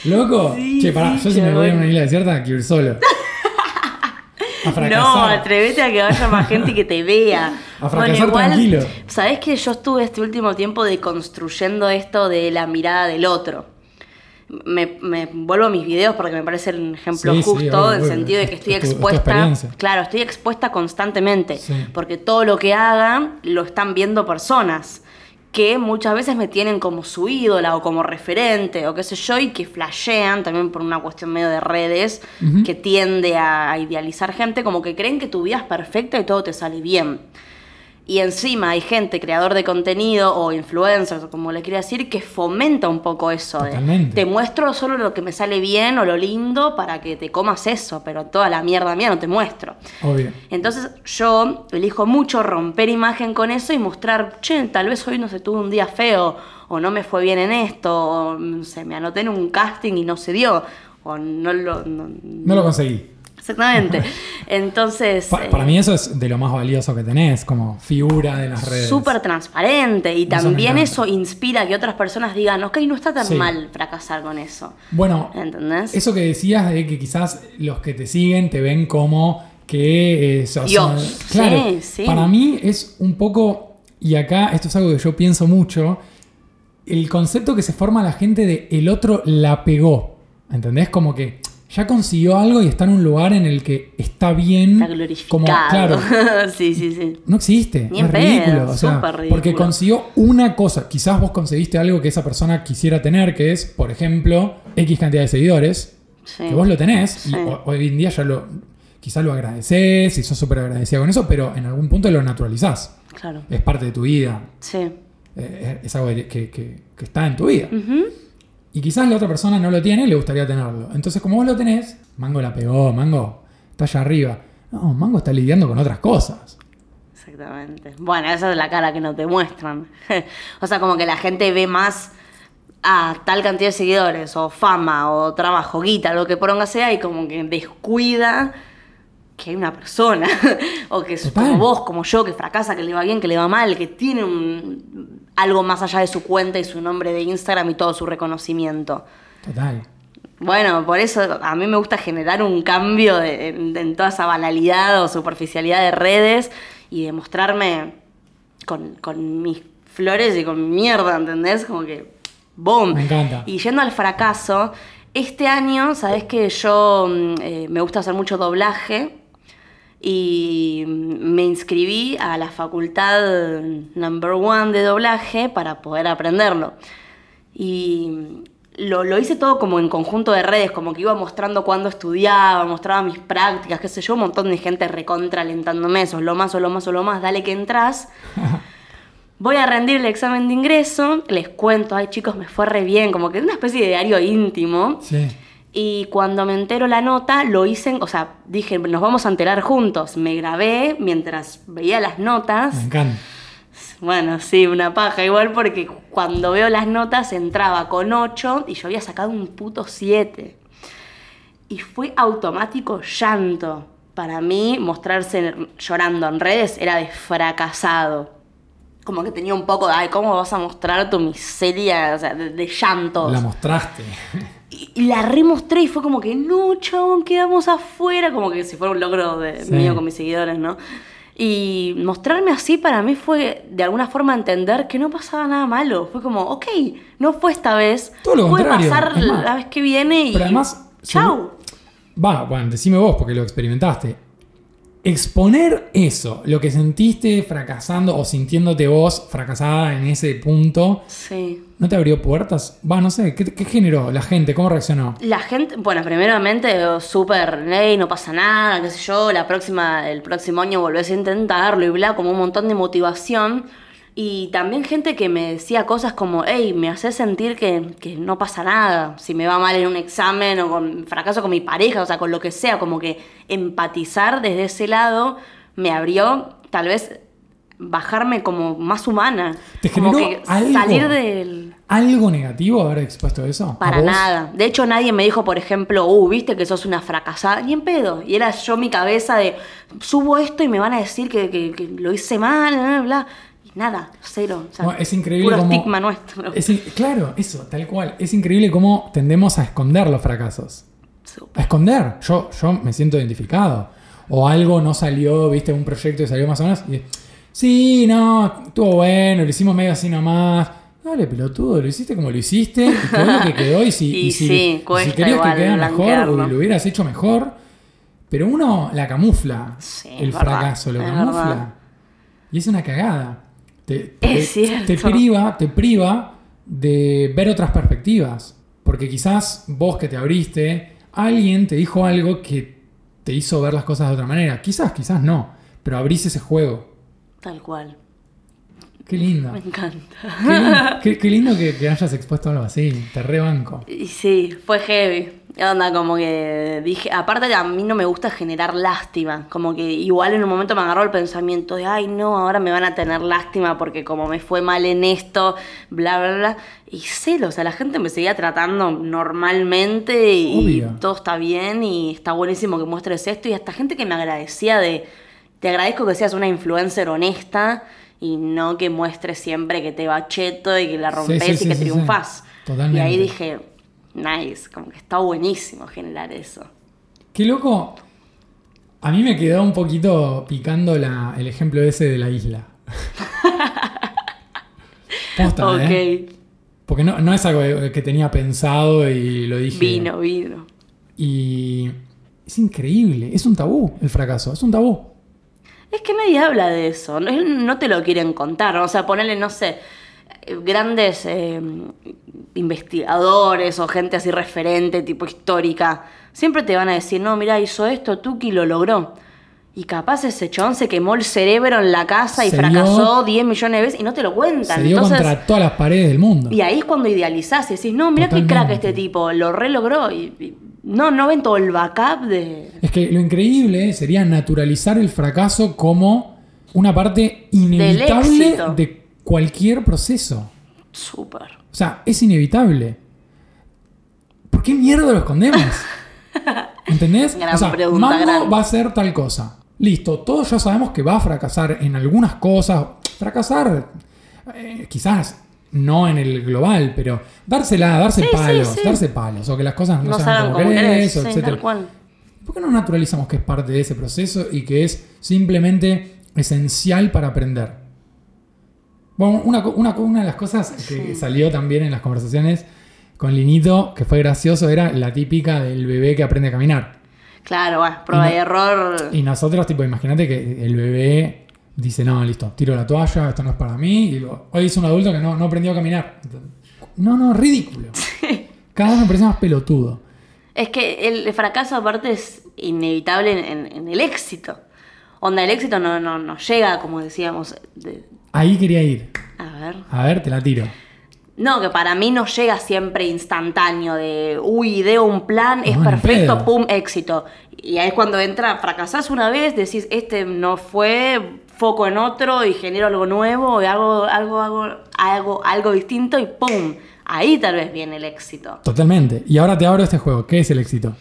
Speaker 2: Loco,
Speaker 3: Sí,
Speaker 2: che, pará,
Speaker 3: sí,
Speaker 2: yo si me
Speaker 3: chabón.
Speaker 2: voy a una isla desierta, quiero ir solo.
Speaker 3: *laughs*
Speaker 2: A
Speaker 3: No,
Speaker 2: fracasar.
Speaker 3: atrevete a que vaya más gente y que te vea.
Speaker 2: *laughs* A fracasar tranquilo.
Speaker 3: Sabés que yo estuve este último tiempo deconstruyendo esto de la mirada del otro. Me, me vuelvo a mis videos porque me parece un ejemplo
Speaker 2: Sí, sí,
Speaker 3: justo,
Speaker 2: obvio,
Speaker 3: en
Speaker 2: obvio.
Speaker 3: el sentido de que
Speaker 2: Es-
Speaker 3: estoy
Speaker 2: es tu- es tu
Speaker 3: expuesta.
Speaker 2: experiencia.
Speaker 3: claro, estoy expuesta constantemente.
Speaker 2: Sí.
Speaker 3: Porque todo lo que haga lo están viendo personas. que muchas veces me tienen como su ídola o como referente o qué sé yo, y que flashean también por una cuestión medio de redes
Speaker 2: Ujú.
Speaker 3: que tiende a, a idealizar gente, como que creen que tu vida es perfecta y todo te sale bien. Y encima hay gente, creador de contenido o influencers, o como le quiera decir, que fomenta un poco eso. de,
Speaker 2: Totalmente.
Speaker 3: te muestro solo lo que me sale bien o lo lindo para que te comas eso, pero toda la mierda mía no te muestro.
Speaker 2: Obvio.
Speaker 3: Entonces yo elijo mucho romper imagen con eso y mostrar, che, tal vez hoy no se tuve un día feo, o no me fue bien en esto, o no sé, me anoté en un casting y no se dio, o no lo... no-
Speaker 2: No lo conseguí. *laughs*
Speaker 3: Exactamente. Entonces...
Speaker 2: Pa-
Speaker 3: eh,
Speaker 2: para mí eso es de lo más valioso que tenés, como figura de las redes.
Speaker 3: Súper transparente y
Speaker 2: Eso me
Speaker 3: también
Speaker 2: encanta.
Speaker 3: eso inspira a que otras personas digan, ok, no está tan
Speaker 2: Sí.
Speaker 3: mal fracasar con eso.
Speaker 2: Bueno,
Speaker 3: Eh, ¿Entendés?
Speaker 2: eso que decías de que quizás los que te siguen te ven como que... eh, sos-
Speaker 3: Dios.
Speaker 2: sos- Claro,
Speaker 3: Sí, sí.
Speaker 2: para mí es un poco, y acá esto es algo que yo pienso mucho, el concepto que se forma la gente de el otro la pegó. ¿Entendés? Como que ya consiguió algo y está en un lugar en el que está bien.
Speaker 3: Está
Speaker 2: Como,
Speaker 3: glorificado.
Speaker 2: claro,
Speaker 3: *laughs* sí, sí, sí.
Speaker 2: No existe.
Speaker 3: Ni
Speaker 2: es
Speaker 3: en pedo,
Speaker 2: ridículo. o sea,
Speaker 3: súper ridículo.
Speaker 2: Porque consiguió una cosa. Quizás vos conseguiste algo que esa persona quisiera tener, que es, por ejemplo, X cantidad de seguidores.
Speaker 3: Sí.
Speaker 2: Que vos lo tenés. Y
Speaker 3: Sí.
Speaker 2: ho- hoy en día ya lo. Quizás lo agradeces y sos súper agradecida con eso, pero en algún punto lo naturalizás.
Speaker 3: Claro.
Speaker 2: Es parte de tu vida.
Speaker 3: Sí.
Speaker 2: eh, es algo que, que- que- que está en tu vida. Y quizás la otra persona no lo tiene y le gustaría tenerlo. Entonces, como vos lo tenés, Mango la pegó, Mango está allá arriba. No, Mango está lidiando con otras cosas.
Speaker 3: Exactamente. Bueno, esa es la cara que no te muestran. *laughs* o sea, como que la gente ve más a tal cantidad de seguidores, o fama, o trabajo, guita, lo que poronga sea, y como que descuida que hay una persona, *laughs* o que es
Speaker 2: Total.
Speaker 3: como vos, como yo, que fracasa, que le va bien, que le va mal, que tiene un- algo más allá de su cuenta y su nombre de Instagram y todo su reconocimiento.
Speaker 2: Total.
Speaker 3: Bueno, por eso a mí me gusta generar un cambio de- en, en toda esa banalidad o superficialidad de redes y demostrarme con, con mis flores y con mi mierda, ¿entendés? Como que ¡boom!
Speaker 2: Me encanta.
Speaker 3: Y yendo al fracaso, este año, sabes que yo mm, eh, me gusta hacer mucho doblaje y mm, me inscribí a la facultad mm, number one de doblaje para poder aprenderlo. Y lo, lo hice todo como en conjunto de redes, como que iba mostrando cuándo estudiaba, mostraba mis prácticas, qué sé yo, un montón de gente recontra alentándome, sos lo más, sos lo más, sos lo más, dale que entras. Voy a rendir el examen de ingreso, les cuento, ay chicos, me fue re bien, como que una especie de diario íntimo.
Speaker 2: Sí.
Speaker 3: Y cuando me entero la nota, lo hice, en- o sea, dije, nos vamos a enterar juntos. Me grabé mientras veía las notas.
Speaker 2: Me encanta.
Speaker 3: Bueno, sí, una paja igual porque cuando veo las notas entraba con 8 y yo había sacado un puto 7. Y fue automático llanto. Para mí mostrarse en- llorando en redes era de fracasado. Como que tenía un poco de, ay, ¿cómo vas a mostrar tu miseria? O sea, de, de llanto.
Speaker 2: La mostraste.
Speaker 3: Y, y la remostré y fue como que, no, chabón, quedamos afuera. Como que si fuera un logro de,
Speaker 2: Sí.
Speaker 3: mío con mis seguidores, ¿no? Y mostrarme así para mí fue de alguna forma entender que no pasaba nada malo. Fue como, ok, no fue esta vez.
Speaker 2: Todo lo
Speaker 3: Puede
Speaker 2: contrario,
Speaker 3: pasar
Speaker 2: es más.
Speaker 3: la vez que viene y.
Speaker 2: Pero además,
Speaker 3: ¡Chau!
Speaker 2: Va, bueno, decime vos porque lo experimentaste. Exponer eso, lo que sentiste fracasando o sintiéndote vos fracasada en ese punto,
Speaker 3: Sí.
Speaker 2: ¿no te abrió puertas? Va, no sé, ¿qué, qué generó la gente? ¿Cómo reaccionó?
Speaker 3: La gente, bueno, primeramente, oh, súper, ley, no pasa nada, qué sé yo, la próxima, el próximo año volvés a intentarlo y bla, como un montón de motivación. Y también gente que me decía cosas como, hey, me hace sentir que, que no pasa nada, si me va mal en un examen o con fracaso con mi pareja, o sea, con lo que sea, como que empatizar desde ese lado me abrió, tal vez, bajarme como más humana.
Speaker 2: ¿Te
Speaker 3: como
Speaker 2: generó
Speaker 3: que
Speaker 2: algo?
Speaker 3: salir del...
Speaker 2: ¿Algo negativo haber expuesto eso? ¿A
Speaker 3: Para
Speaker 2: vos?
Speaker 3: nada. De hecho, nadie me dijo, por ejemplo, uh, viste que sos una fracasada. Ni en pedo. Y era yo mi cabeza de, subo esto y me van a decir que, que- que lo hice mal, bla, bla. Y nada, cero. O sea,
Speaker 2: Bueno, es increíble
Speaker 3: Puro
Speaker 2: cómo-
Speaker 3: estigma nuestro.
Speaker 2: Es in- claro, eso, tal cual. Es increíble cómo tendemos a esconder los fracasos. a esconder. Yo, yo me siento identificado. O algo no salió, viste, un proyecto y salió más o menos. Y, sí, no, estuvo bueno, lo hicimos medio así nomás. Dale, pelotudo, lo hiciste como lo hiciste, y quedó lo que quedó. Y si,
Speaker 3: *laughs* Y
Speaker 2: y si-
Speaker 3: sí,
Speaker 2: y si
Speaker 3: cuesta
Speaker 2: querías
Speaker 3: igual
Speaker 2: que quedara mejor,
Speaker 3: blanquearlo.
Speaker 2: o lo hubieras hecho mejor. Pero uno la camufla,
Speaker 3: Sí,
Speaker 2: el
Speaker 3: es verdad,
Speaker 2: fracaso, lo
Speaker 3: es
Speaker 2: camufla.
Speaker 3: verdad.
Speaker 2: Y es una cagada. Te,
Speaker 3: Es
Speaker 2: te-
Speaker 3: cierto.
Speaker 2: te priva, te priva de ver otras perspectivas. Porque quizás vos que te abriste, alguien te dijo algo que te hizo ver las cosas de otra manera. Quizás, quizás no. Pero abrís ese juego.
Speaker 3: Tal cual.
Speaker 2: Qué
Speaker 3: *laughs*
Speaker 2: lindo.
Speaker 3: Me encanta.
Speaker 2: Qué lindo, qué- qué lindo que, que hayas expuesto algo así. Te rebanco.
Speaker 3: Y sí, fue heavy. Onda, como que dije, aparte a mí no me gusta generar lástima, como que igual en un momento me agarró el pensamiento de, ay no, ahora me van a tener lástima porque como me fue mal en esto, bla, bla, bla. Y cero, o sea, la gente me seguía tratando normalmente y
Speaker 2: Obvio.
Speaker 3: todo está bien y está buenísimo que muestres esto y hasta gente que me agradecía de, te agradezco que seas una influencer honesta y no que muestres siempre que te va cheto y que la
Speaker 2: Sí,
Speaker 3: rompes
Speaker 2: sí, sí,
Speaker 3: y que
Speaker 2: sí, sí.
Speaker 3: triunfás.
Speaker 2: Totalmente.
Speaker 3: Y ahí dije, nice, como que está buenísimo generar eso.
Speaker 2: Qué loco. A mí me quedó un poquito picando la- el ejemplo ese de la
Speaker 3: *laughs*
Speaker 2: isla. Posta,
Speaker 3: ok,
Speaker 2: ¿eh? Porque no, no es algo que tenía pensado y lo dije.
Speaker 3: vino, vino.
Speaker 2: Y es increíble. Es un tabú el fracaso. Es un tabú.
Speaker 3: Es que nadie habla de eso, no, no te lo quieren contar, o sea, ponerle, no sé, eh, grandes eh, investigadores o gente así referente, tipo histórica, siempre te van a decir, no, mira, hizo esto, Tuki lo logró. Y capaz ese chabón se quemó el cerebro en la casa y
Speaker 2: Se
Speaker 3: fracasó
Speaker 2: dio-
Speaker 3: 10 millones de veces y no te lo cuentan.
Speaker 2: Se dio
Speaker 3: Entonces,
Speaker 2: contra todas las paredes del mundo.
Speaker 3: Y ahí es cuando idealizás y decís, no, mira qué crack
Speaker 2: Totalmente.
Speaker 3: este tipo, lo re logró. Y, y- no, no ven todo el backup de.
Speaker 2: Es que lo increíble sería naturalizar el fracaso como una parte inevitable
Speaker 3: éxito.
Speaker 2: de cualquier proceso.
Speaker 3: Súper.
Speaker 2: O sea, es inevitable. ¿Por qué mierda lo
Speaker 3: *laughs*
Speaker 2: escondemos? ¿Entendés?
Speaker 3: Gran
Speaker 2: o sea,
Speaker 3: pregunta,
Speaker 2: Mango
Speaker 3: gran.
Speaker 2: va a ser tal cosa. Listo, todos ya sabemos que va a fracasar en algunas cosas. Fracasar, eh, quizás no en el global, pero dársela, darse
Speaker 3: Sí, sí,
Speaker 2: palos,
Speaker 3: sí.
Speaker 2: darse palos, o que las cosas no,
Speaker 3: No
Speaker 2: salgan
Speaker 3: saben
Speaker 2: como
Speaker 3: cómo
Speaker 2: querés,
Speaker 3: querés.
Speaker 2: o
Speaker 3: sí,
Speaker 2: etcétera.
Speaker 3: tal cual.
Speaker 2: ¿Por qué no naturalizamos que es parte de ese proceso y que es simplemente esencial para aprender? Bueno, una, co- una co- una de las cosas que salió también en las conversaciones con Linito, que fue gracioso, era la típica del bebé que aprende a caminar.
Speaker 3: Claro, va, prueba
Speaker 2: Y
Speaker 3: y,
Speaker 2: no-
Speaker 3: error.
Speaker 2: Y nosotros, tipo, imagínate que el bebé dice, no, listo, tiro la toalla, esto no es para mí. Y lo- hoy es un adulto que no, no aprendió a caminar. No, no, ridículo. Cada vez me parece más pelotudo.
Speaker 3: Es que el fracaso, aparte, es inevitable en, en- en el éxito. Onda, el éxito no, no, no llega, como decíamos. de-
Speaker 2: Ahí quería ir.
Speaker 3: a ver.
Speaker 2: A ver, te la tiro.
Speaker 3: No, que para mí no llega siempre instantáneo de, uy, ideo un plan, es
Speaker 2: No, ni
Speaker 3: perfecto,
Speaker 2: pedo.
Speaker 3: pum, éxito. Y ahí es cuando entra, fracasás una vez, decís, este no fue, foco en otro y genero algo nuevo, y hago, algo, algo, algo, algo distinto y pum. Ahí tal vez viene el éxito.
Speaker 2: Totalmente. Y ahora te abro este juego. ¿Qué es el
Speaker 3: *laughs*
Speaker 2: éxito?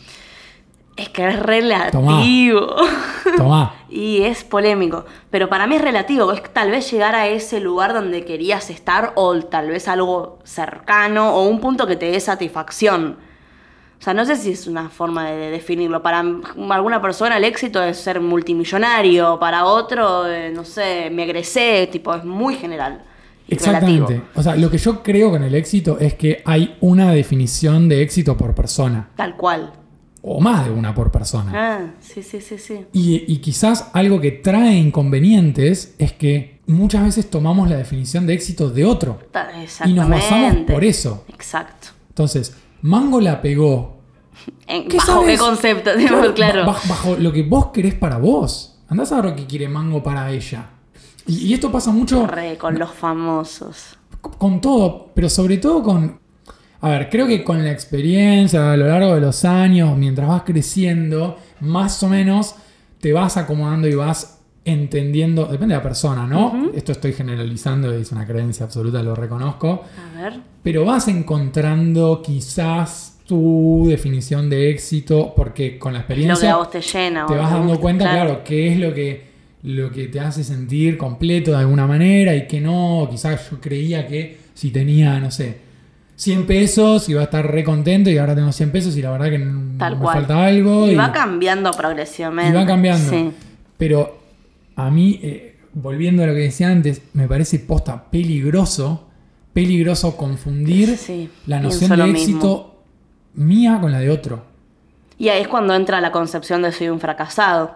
Speaker 3: Es que es relativo.
Speaker 2: Tomá.
Speaker 3: Y es polémico, pero para mí es relativo, es tal vez llegar a ese lugar donde querías estar o tal vez algo cercano o un punto que te dé satisfacción. O sea, no sé si es una forma de definirlo. Para m- alguna persona el éxito es ser multimillonario, para otro, eh, no sé, me egresé, tipo, es muy general. y
Speaker 2: Exactamente.
Speaker 3: relativo.
Speaker 2: O sea, lo que yo creo con el éxito es que hay una definición de éxito por persona.
Speaker 3: Tal cual.
Speaker 2: O más de una por persona.
Speaker 3: Ah, sí, sí, sí, sí.
Speaker 2: Y, y quizás algo que trae inconvenientes es que muchas veces tomamos la definición de éxito de otro.
Speaker 3: Ta-
Speaker 2: Y nos basamos
Speaker 3: exactamente.
Speaker 2: por eso.
Speaker 3: Exacto.
Speaker 2: Entonces, Mango la pegó.
Speaker 3: En-
Speaker 2: ¿Qué
Speaker 3: bajo qué
Speaker 2: sabes?
Speaker 3: concepto, *laughs*
Speaker 2: Claro,
Speaker 3: claro.
Speaker 2: ba- Bajo, lo que vos querés para vos. Andás a ver lo que quiere Mango para ella. Y, y esto pasa mucho.
Speaker 3: Re, con los famosos.
Speaker 2: con todo, pero sobre todo con... A ver, creo que con la experiencia a lo largo de los años, mientras vas creciendo, más o menos te vas acomodando y vas entendiendo, depende de la persona, ¿no? Esto estoy generalizando, es una creencia absoluta, lo reconozco,
Speaker 3: A ver.
Speaker 2: pero vas encontrando quizás tu definición de éxito, porque con la
Speaker 3: Lo que
Speaker 2: experiencia
Speaker 3: a vos te llena. o
Speaker 2: te vas
Speaker 3: te
Speaker 2: dando
Speaker 3: gusta,
Speaker 2: cuenta, claro, qué es lo que, lo que te hace sentir completo de alguna manera y que no. Quizás yo creía que si tenía, no sé, 100 pesos iba a estar re contento y ahora tengo 100 pesos y la verdad que n-
Speaker 3: Tal
Speaker 2: me
Speaker 3: cual.
Speaker 2: falta algo.
Speaker 3: Y va cambiando progresivamente.
Speaker 2: y va cambiando.
Speaker 3: Sí.
Speaker 2: Pero a mí, eh, volviendo a lo que decía antes, me parece posta peligroso, peligroso confundir
Speaker 3: Sí,
Speaker 2: la
Speaker 3: pienso
Speaker 2: noción
Speaker 3: lo
Speaker 2: de
Speaker 3: mismo.
Speaker 2: éxito mía con la de otro.
Speaker 3: Y ahí es cuando entra la concepción de soy un fracasado.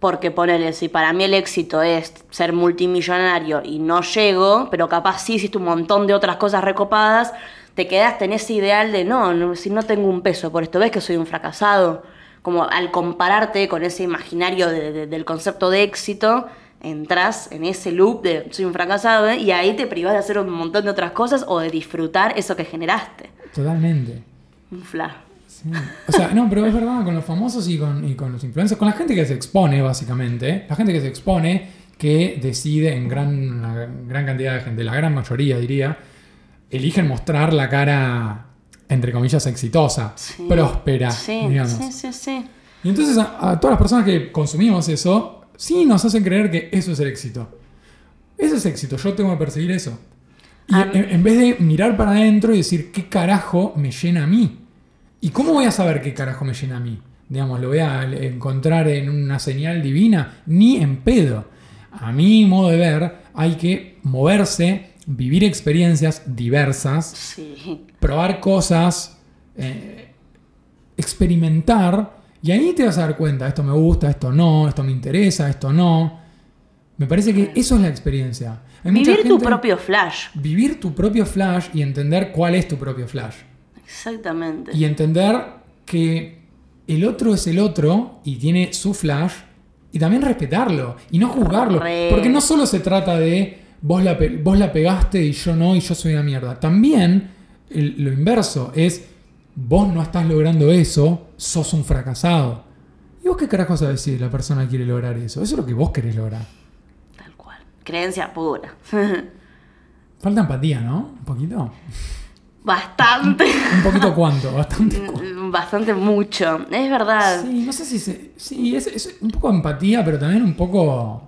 Speaker 3: Porque ponele, si para mí el éxito es ser multimillonario y no llego, pero capaz sí hiciste un montón de otras cosas recopadas, te quedaste en ese ideal de no, no, si no tengo un peso por esto, ves que soy un fracasado. Como al compararte con ese imaginario de- de- del concepto de éxito, entras en ese loop de soy un fracasado ¿eh? y ahí te privas de hacer un montón de otras cosas o de disfrutar eso que generaste.
Speaker 2: Totalmente.
Speaker 3: Un flash.
Speaker 2: Sí. O sea, no, pero es verdad, con los famosos y con, y con los influencers, con la gente que se expone, básicamente, ¿eh? la gente que se expone, que decide en gran, una gran cantidad de gente, la gran mayoría diría, eligen mostrar la cara, entre comillas, exitosa,
Speaker 3: Sí.
Speaker 2: próspera,
Speaker 3: Sí,
Speaker 2: digamos.
Speaker 3: sí, sí, sí.
Speaker 2: Y entonces a, a todas las personas que consumimos eso, sí nos hacen creer que eso es el éxito. Eso es éxito, yo tengo que perseguir eso. Y
Speaker 3: Ah.
Speaker 2: en, en vez de mirar para adentro y decir, ¿qué carajo me llena a mí? ¿Y cómo voy a saber qué carajo me llena a mí? Digamos, lo voy a l- encontrar en una señal divina, ni en pedo. A mi modo de ver, hay que moverse, vivir experiencias diversas,
Speaker 3: Sí.
Speaker 2: probar cosas, eh, experimentar, y ahí te vas a dar cuenta, esto me gusta, esto no, esto me interesa, esto no. Me parece que eso es la experiencia. Hay mucha
Speaker 3: Vivir tu
Speaker 2: gente-
Speaker 3: propio flash.
Speaker 2: Vivir tu propio flash y entender cuál es tu propio flash.
Speaker 3: Exactamente.
Speaker 2: Y entender que el otro es el otro y tiene su flash. Y también respetarlo y no juzgarlo.
Speaker 3: Re.
Speaker 2: Porque no solo se trata de vos la, pe- vos la pegaste y yo no y yo soy una mierda. También el- lo inverso es vos no estás logrando eso, sos un fracasado. ¿Y vos qué carajo sabés si la persona quiere lograr eso? Eso es lo que vos querés lograr.
Speaker 3: Tal cual. Creencia pura. *laughs*
Speaker 2: Falta empatía, ¿no? Un poquito.
Speaker 3: Bastante.
Speaker 2: Un poquito cuánto, bastante
Speaker 3: Mm,
Speaker 2: cuánto.
Speaker 3: Bastante mucho. Es verdad.
Speaker 2: Sí, no sé si se- Sí, es, es un poco empatía, pero también un poco.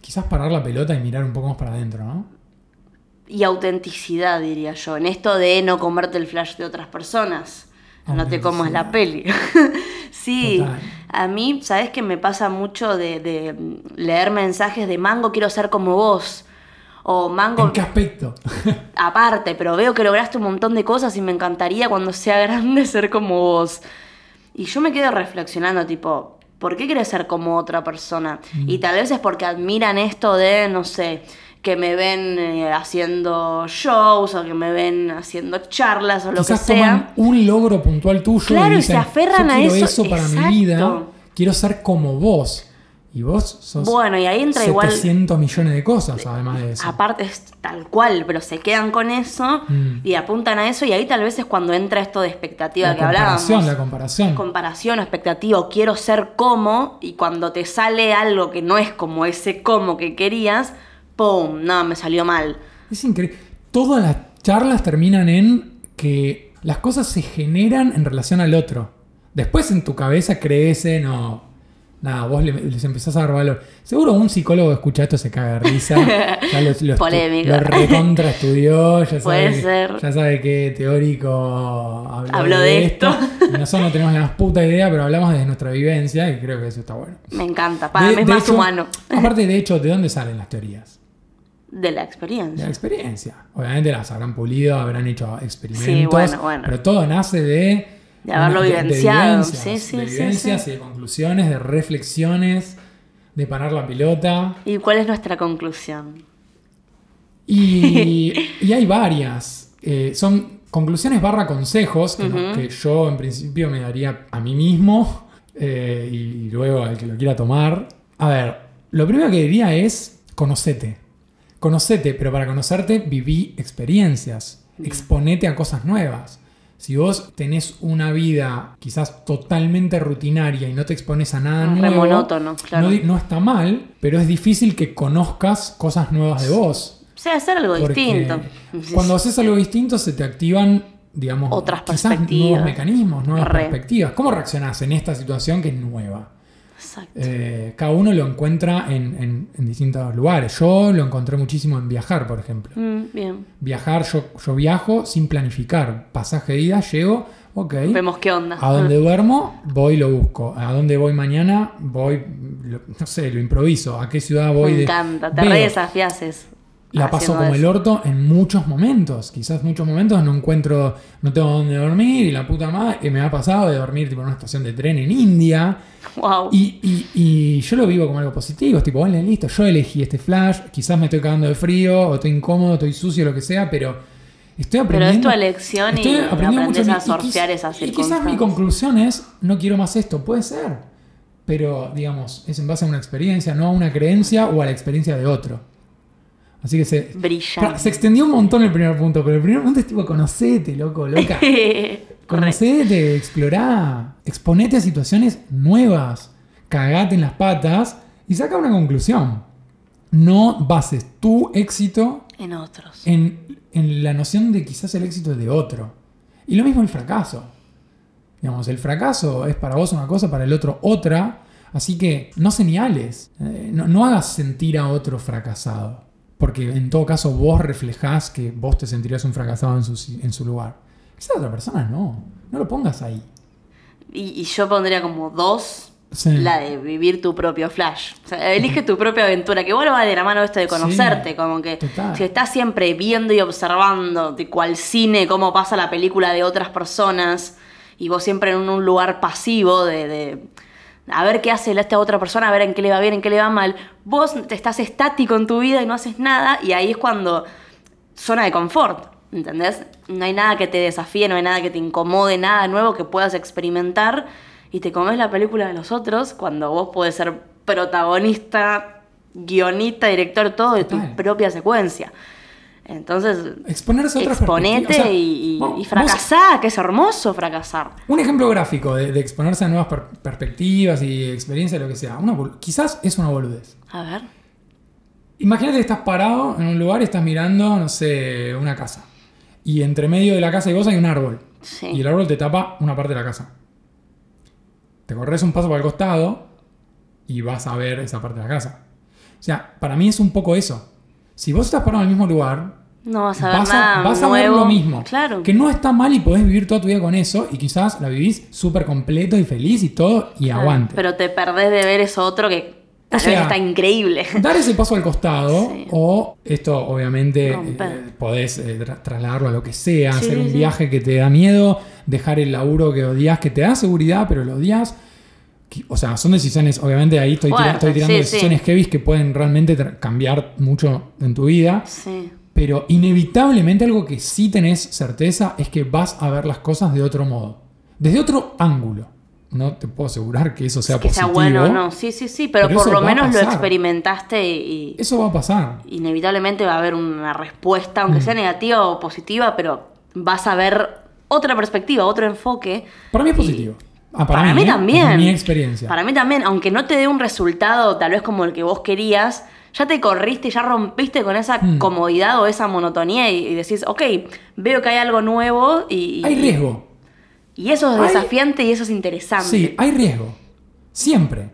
Speaker 2: Quizás parar la pelota y mirar un poco más para adentro, ¿no?
Speaker 3: Y autenticidad, diría yo. En esto de no comerte el flash de otras personas. No te comas la peli. *laughs* sí.
Speaker 2: Total.
Speaker 3: A mí, ¿sabes que Me pasa mucho de, de leer mensajes de Mango, quiero ser como vos. O Mango,
Speaker 2: ¿En qué
Speaker 3: *laughs*
Speaker 2: aspecto?
Speaker 3: aparte, pero veo que lograste un montón de cosas y me encantaría cuando sea *laughs* grande ser como vos. Y yo me quedo reflexionando, tipo, ¿por qué querés ser como otra persona?
Speaker 2: Mm.
Speaker 3: Y tal vez es porque admiran esto de, no sé, que me ven eh, haciendo shows o que me ven haciendo charlas o lo
Speaker 2: Quizás
Speaker 3: que sea.
Speaker 2: toman un logro puntual tuyo
Speaker 3: Claro,
Speaker 2: y
Speaker 3: y
Speaker 2: dicen,
Speaker 3: se aferran
Speaker 2: "Yo
Speaker 3: a
Speaker 2: quiero
Speaker 3: eso".
Speaker 2: para
Speaker 3: Exacto.
Speaker 2: mi vida, quiero ser como vos. Y vos sos
Speaker 3: Bueno, y ahí entra igual-
Speaker 2: 700 millones de cosas, además de eso.
Speaker 3: Aparte es tal cual, pero se quedan con eso
Speaker 2: Mm.
Speaker 3: y apuntan a eso y ahí tal vez es cuando entra esto de expectativa
Speaker 2: La
Speaker 3: que hablábamos.
Speaker 2: comparación, la comparación.
Speaker 3: comparación o expectativa, o quiero ser como, y cuando te sale algo que no es como ese como que querías, ¡pum! No, me salió mal.
Speaker 2: Es increíble. Todas las charlas terminan en que las cosas se generan en relación al otro. Después en tu cabeza crecen o. Nada, vos le- les empezás a dar valor. Seguro un psicólogo escucha esto se caga de
Speaker 3: *laughs*
Speaker 2: risa. Ya lo, lo estu-
Speaker 3: Polémico.
Speaker 2: lo recontra estudió, ya sabe,
Speaker 3: *laughs* Puede
Speaker 2: que-
Speaker 3: ser.
Speaker 2: ya sabe que teórico habló,
Speaker 3: Habló de esto.
Speaker 2: Y *laughs* Nosotros no tenemos la más puta idea, pero hablamos desde nuestra vivencia y creo que eso está bueno.
Speaker 3: Me encanta, para
Speaker 2: De-
Speaker 3: mí es
Speaker 2: de
Speaker 3: más
Speaker 2: hecho-
Speaker 3: humano.
Speaker 2: Aparte, de hecho, ¿de dónde salen las teorías?
Speaker 3: De la
Speaker 2: De
Speaker 3: experiencia.
Speaker 2: la experiencia. Obviamente las habrán pulido, habrán hecho experimentos.
Speaker 3: Sí, bueno, bueno.
Speaker 2: Pero todo nace de.
Speaker 3: De haberlo
Speaker 2: una-
Speaker 3: vivenciado.
Speaker 2: vivencias,
Speaker 3: Sí, sí,
Speaker 2: de
Speaker 3: sí,
Speaker 2: vivencias
Speaker 3: sí.
Speaker 2: y de conclusiones, de reflexiones, de parar la pelota.
Speaker 3: ¿Y cuál es nuestra conclusión?
Speaker 2: Y, y hay varias. Eh, son conclusiones barra consejos que, no- que yo en principio me daría a mí mismo eh, y luego al que lo quiera tomar. A ver, lo primero que diría es conocete. Conocete, pero para conocerte viví experiencias. Exponete a cosas nuevas. Si vos tenés una vida quizás totalmente rutinaria y no te expones a nada
Speaker 3: Re
Speaker 2: nuevo,
Speaker 3: monótono, claro.
Speaker 2: no di- no está mal, pero es difícil que conozcas cosas nuevas de vos.
Speaker 3: O sea, hacer algo
Speaker 2: Porque
Speaker 3: distinto.
Speaker 2: Cuando haces algo distinto se te activan, digamos,
Speaker 3: Otras
Speaker 2: quizás
Speaker 3: perspectivas.
Speaker 2: nuevos mecanismos, nuevas
Speaker 3: Re.
Speaker 2: perspectivas. ¿Cómo reaccionás en esta situación que es nueva?
Speaker 3: Exacto.
Speaker 2: Eh, cada uno lo encuentra en, en- en distintos lugares. Yo lo encontré muchísimo en viajar, por ejemplo.
Speaker 3: Mm, bien.
Speaker 2: Viajar, yo, yo viajo sin planificar. Pasaje de ida, llego, ok.
Speaker 3: Vemos qué onda.
Speaker 2: A donde duermo, voy y lo busco. A donde voy mañana, voy, lo- no sé, lo improviso. A qué ciudad voy
Speaker 3: *laughs* Me
Speaker 2: de-
Speaker 3: encanta, te
Speaker 2: Veo.
Speaker 3: re desafiaces.
Speaker 2: la paso
Speaker 3: haciendo
Speaker 2: como el
Speaker 3: eso.
Speaker 2: orto en muchos momentos. Quizás muchos momentos no encuentro, no tengo dónde dormir y la puta madre. Y me ha pasado de dormir tipo en una estación de tren en India.
Speaker 3: Wow.
Speaker 2: Y, y- y yo lo vivo como algo positivo, es tipo, bueno, listo, yo elegí este flash, quizás me estoy cagando de frío, o estoy incómodo, estoy sucio, lo que sea, pero estoy
Speaker 3: Pero es
Speaker 2: aprendiendo.
Speaker 3: tu elección y
Speaker 2: estoy aprendiendo
Speaker 3: aprendes
Speaker 2: mucho.
Speaker 3: a sortear
Speaker 2: quiz-
Speaker 3: esas
Speaker 2: y quizás mi
Speaker 3: circunstancias.
Speaker 2: conclusión es, no quiero más esto, puede ser. Pero, digamos, es en base a una experiencia, no a una creencia o a la experiencia de otro. Así que se, *laughs*
Speaker 3: Brillante. *laughs*
Speaker 2: se extendió un montón el primer punto, pero el primer punto es tipo, conocete, loco,
Speaker 3: *laughs*
Speaker 2: loca.
Speaker 3: Correcto.
Speaker 2: Conocete, explorá, exponete a situaciones nuevas, cagate en las patas y saca una conclusión. No bases tu éxito
Speaker 3: En otros.
Speaker 2: en, en la noción de quizás el éxito de otro. Y lo mismo el fracaso. Digamos, el fracaso es para vos una cosa, para el otro otra. Así que no señales, eh, no, no hagas sentir a otro fracasado. Porque en todo caso vos reflejás que vos te sentirías un fracasado en su, si- en su lugar. Quizás otra persona no. No lo pongas ahí.
Speaker 3: Y, y yo pondría como dos.
Speaker 2: Sí.
Speaker 3: La de vivir tu propio flash. O sea, elige tu propia aventura, que bueno va de la mano esto de conocerte,
Speaker 2: Sí,
Speaker 3: como que
Speaker 2: total.
Speaker 3: si estás siempre viendo y observando de cuál cine, cómo pasa la película de otras personas, y vos siempre en un lugar pasivo de, de a ver qué hace esta otra persona, a ver en qué le va bien, en qué le va mal, vos te estás estático en tu vida y no haces nada, y ahí es cuando zona de confort, ¿entendés? No hay nada que te desafíe, no hay nada que te incomode, nada nuevo que puedas experimentar y te comes la película de los otros cuando vos podés ser protagonista, guionista, director, todo de tu
Speaker 2: Total.
Speaker 3: propia secuencia. Entonces,
Speaker 2: Exponerse a otras
Speaker 3: exponete
Speaker 2: perspectivas. O sea,
Speaker 3: y, y-
Speaker 2: vos-
Speaker 3: y
Speaker 2: vos-
Speaker 3: fracasá, que es hermoso fracasar.
Speaker 2: Un ejemplo gráfico de, de exponerse a nuevas per- perspectivas y experiencias, lo que sea. Una bol- quizás es una boludez.
Speaker 3: A ver.
Speaker 2: Imagínate que estás parado en un lugar y estás mirando, no sé, una casa. Y entre medio de la casa y vos hay un árbol.
Speaker 3: Sí.
Speaker 2: Y el árbol te tapa una parte de la casa. Te corres un paso para el costado y vas a ver esa parte de la casa. O sea, para mí es un poco eso. Si vos estás parado en el mismo lugar,
Speaker 3: No vas a ver
Speaker 2: vas
Speaker 3: nada
Speaker 2: a, vas a
Speaker 3: nuevo.
Speaker 2: ver lo mismo.
Speaker 3: Claro.
Speaker 2: Que no está mal y podés vivir toda tu vida con eso y quizás la vivís súper completo y feliz y todo y
Speaker 3: Claro,
Speaker 2: aguante.
Speaker 3: Pero te perdés de ver eso otro que tal vez
Speaker 2: sea,
Speaker 3: está increíble.
Speaker 2: Dar ese paso al costado
Speaker 3: *laughs* Sí.
Speaker 2: o esto obviamente
Speaker 3: Romper.
Speaker 2: eh, podés eh, tra- trasladarlo a lo que sea,
Speaker 3: Sí,
Speaker 2: hacer un
Speaker 3: sí.
Speaker 2: viaje que te da miedo, dejar el laburo que odias, que te da seguridad pero lo odias. Qui- O sea, son decisiones, obviamente ahí estoy, tira-
Speaker 3: Fuertes,
Speaker 2: estoy tirando
Speaker 3: sí,
Speaker 2: decisiones
Speaker 3: sí.
Speaker 2: heavy que pueden realmente tra- cambiar mucho en tu vida,
Speaker 3: *laughs* Sí.
Speaker 2: pero inevitablemente algo que sí tenés certeza es que vas a ver las cosas de otro modo, desde otro ángulo. No te puedo asegurar que eso sea
Speaker 3: que sea
Speaker 2: positivo.
Speaker 3: bueno, no, sí, sí, sí, pero,
Speaker 2: Pero
Speaker 3: por
Speaker 2: eso
Speaker 3: lo
Speaker 2: va a
Speaker 3: menos lo
Speaker 2: pasar.
Speaker 3: experimentaste y, y
Speaker 2: Eso va a pasar.
Speaker 3: inevitablemente va a haber una respuesta,
Speaker 2: Mm.
Speaker 3: aunque sea negativa o positiva, pero vas a ver otra perspectiva, otro enfoque.
Speaker 2: Para mí es
Speaker 3: Y-
Speaker 2: positivo. Ah,
Speaker 3: Para,
Speaker 2: ¿eh?
Speaker 3: mí también.
Speaker 2: Es mi experiencia.
Speaker 3: Para mí también, aunque no te dé un resultado tal vez como el que vos querías, ya te corriste, ya rompiste con esa
Speaker 2: Mm.
Speaker 3: comodidad o esa monotonía y, y decís, ok, veo que hay algo nuevo y, y-
Speaker 2: Hay riesgo.
Speaker 3: y eso es
Speaker 2: Hay-
Speaker 3: desafiante y eso es interesante.
Speaker 2: Sí, hay riesgo. Siempre.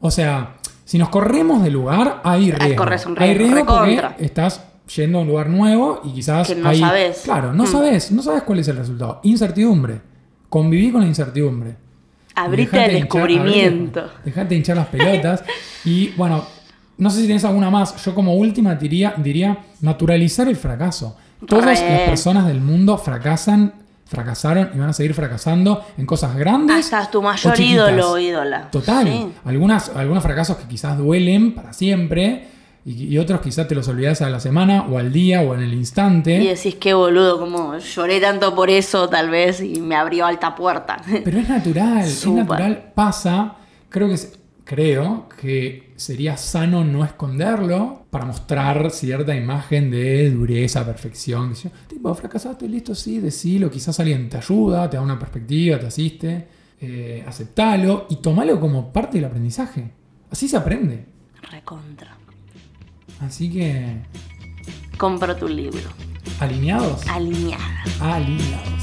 Speaker 2: O sea, si nos corremos de lugar, hay
Speaker 3: Ah,
Speaker 2: riesgo.
Speaker 3: corres un
Speaker 2: hay
Speaker 3: riesgo,
Speaker 2: riesgo porque
Speaker 3: recontra.
Speaker 2: estás yendo a un lugar nuevo y quizás.
Speaker 3: Que no
Speaker 2: hay-
Speaker 3: sabés.
Speaker 2: Claro, no
Speaker 3: Mm.
Speaker 2: sabes. No sabes cuál es el resultado. Incertidumbre. Conviví con la incertidumbre.
Speaker 3: Abrite
Speaker 2: Dejate
Speaker 3: al
Speaker 2: hinchar-
Speaker 3: descubrimiento.
Speaker 2: abrí- dejate hinchar las
Speaker 3: *laughs*
Speaker 2: pelotas. y bueno, no sé si tenés alguna más. Yo como última diría, diría naturalizar el fracaso. Todas
Speaker 3: Re.
Speaker 2: las personas del mundo fracasan, fracasaron y van a seguir fracasando en cosas grandes.
Speaker 3: Hasta tu
Speaker 2: o
Speaker 3: mayor
Speaker 2: chiquitas.
Speaker 3: ídolo o ídola.
Speaker 2: Total.
Speaker 3: Sí.
Speaker 2: Algunas, algunos fracasos que quizás duelen para siempre y, y otros quizás te los olvidás a la semana o al día o en el instante.
Speaker 3: Y decís, qué boludo, como lloré tanto por eso, tal vez, y me abrió alta puerta. *laughs*
Speaker 2: Pero es natural,
Speaker 3: Súper.
Speaker 2: es natural, pasa. Creo que, es- creo que sería sano no esconderlo para mostrar cierta imagen de dureza, perfección. qué sé yo. Tipo, fracasaste, listo, sí, decilo. Quizás alguien te ayuda, te da una perspectiva, te asiste. Eh, aceptalo y tomalo como parte del aprendizaje. Así se aprende.
Speaker 3: Recontra.
Speaker 2: Así que,
Speaker 3: Compro tu libro.
Speaker 2: alineados.
Speaker 3: *laughs* Alineada.
Speaker 2: Alineados.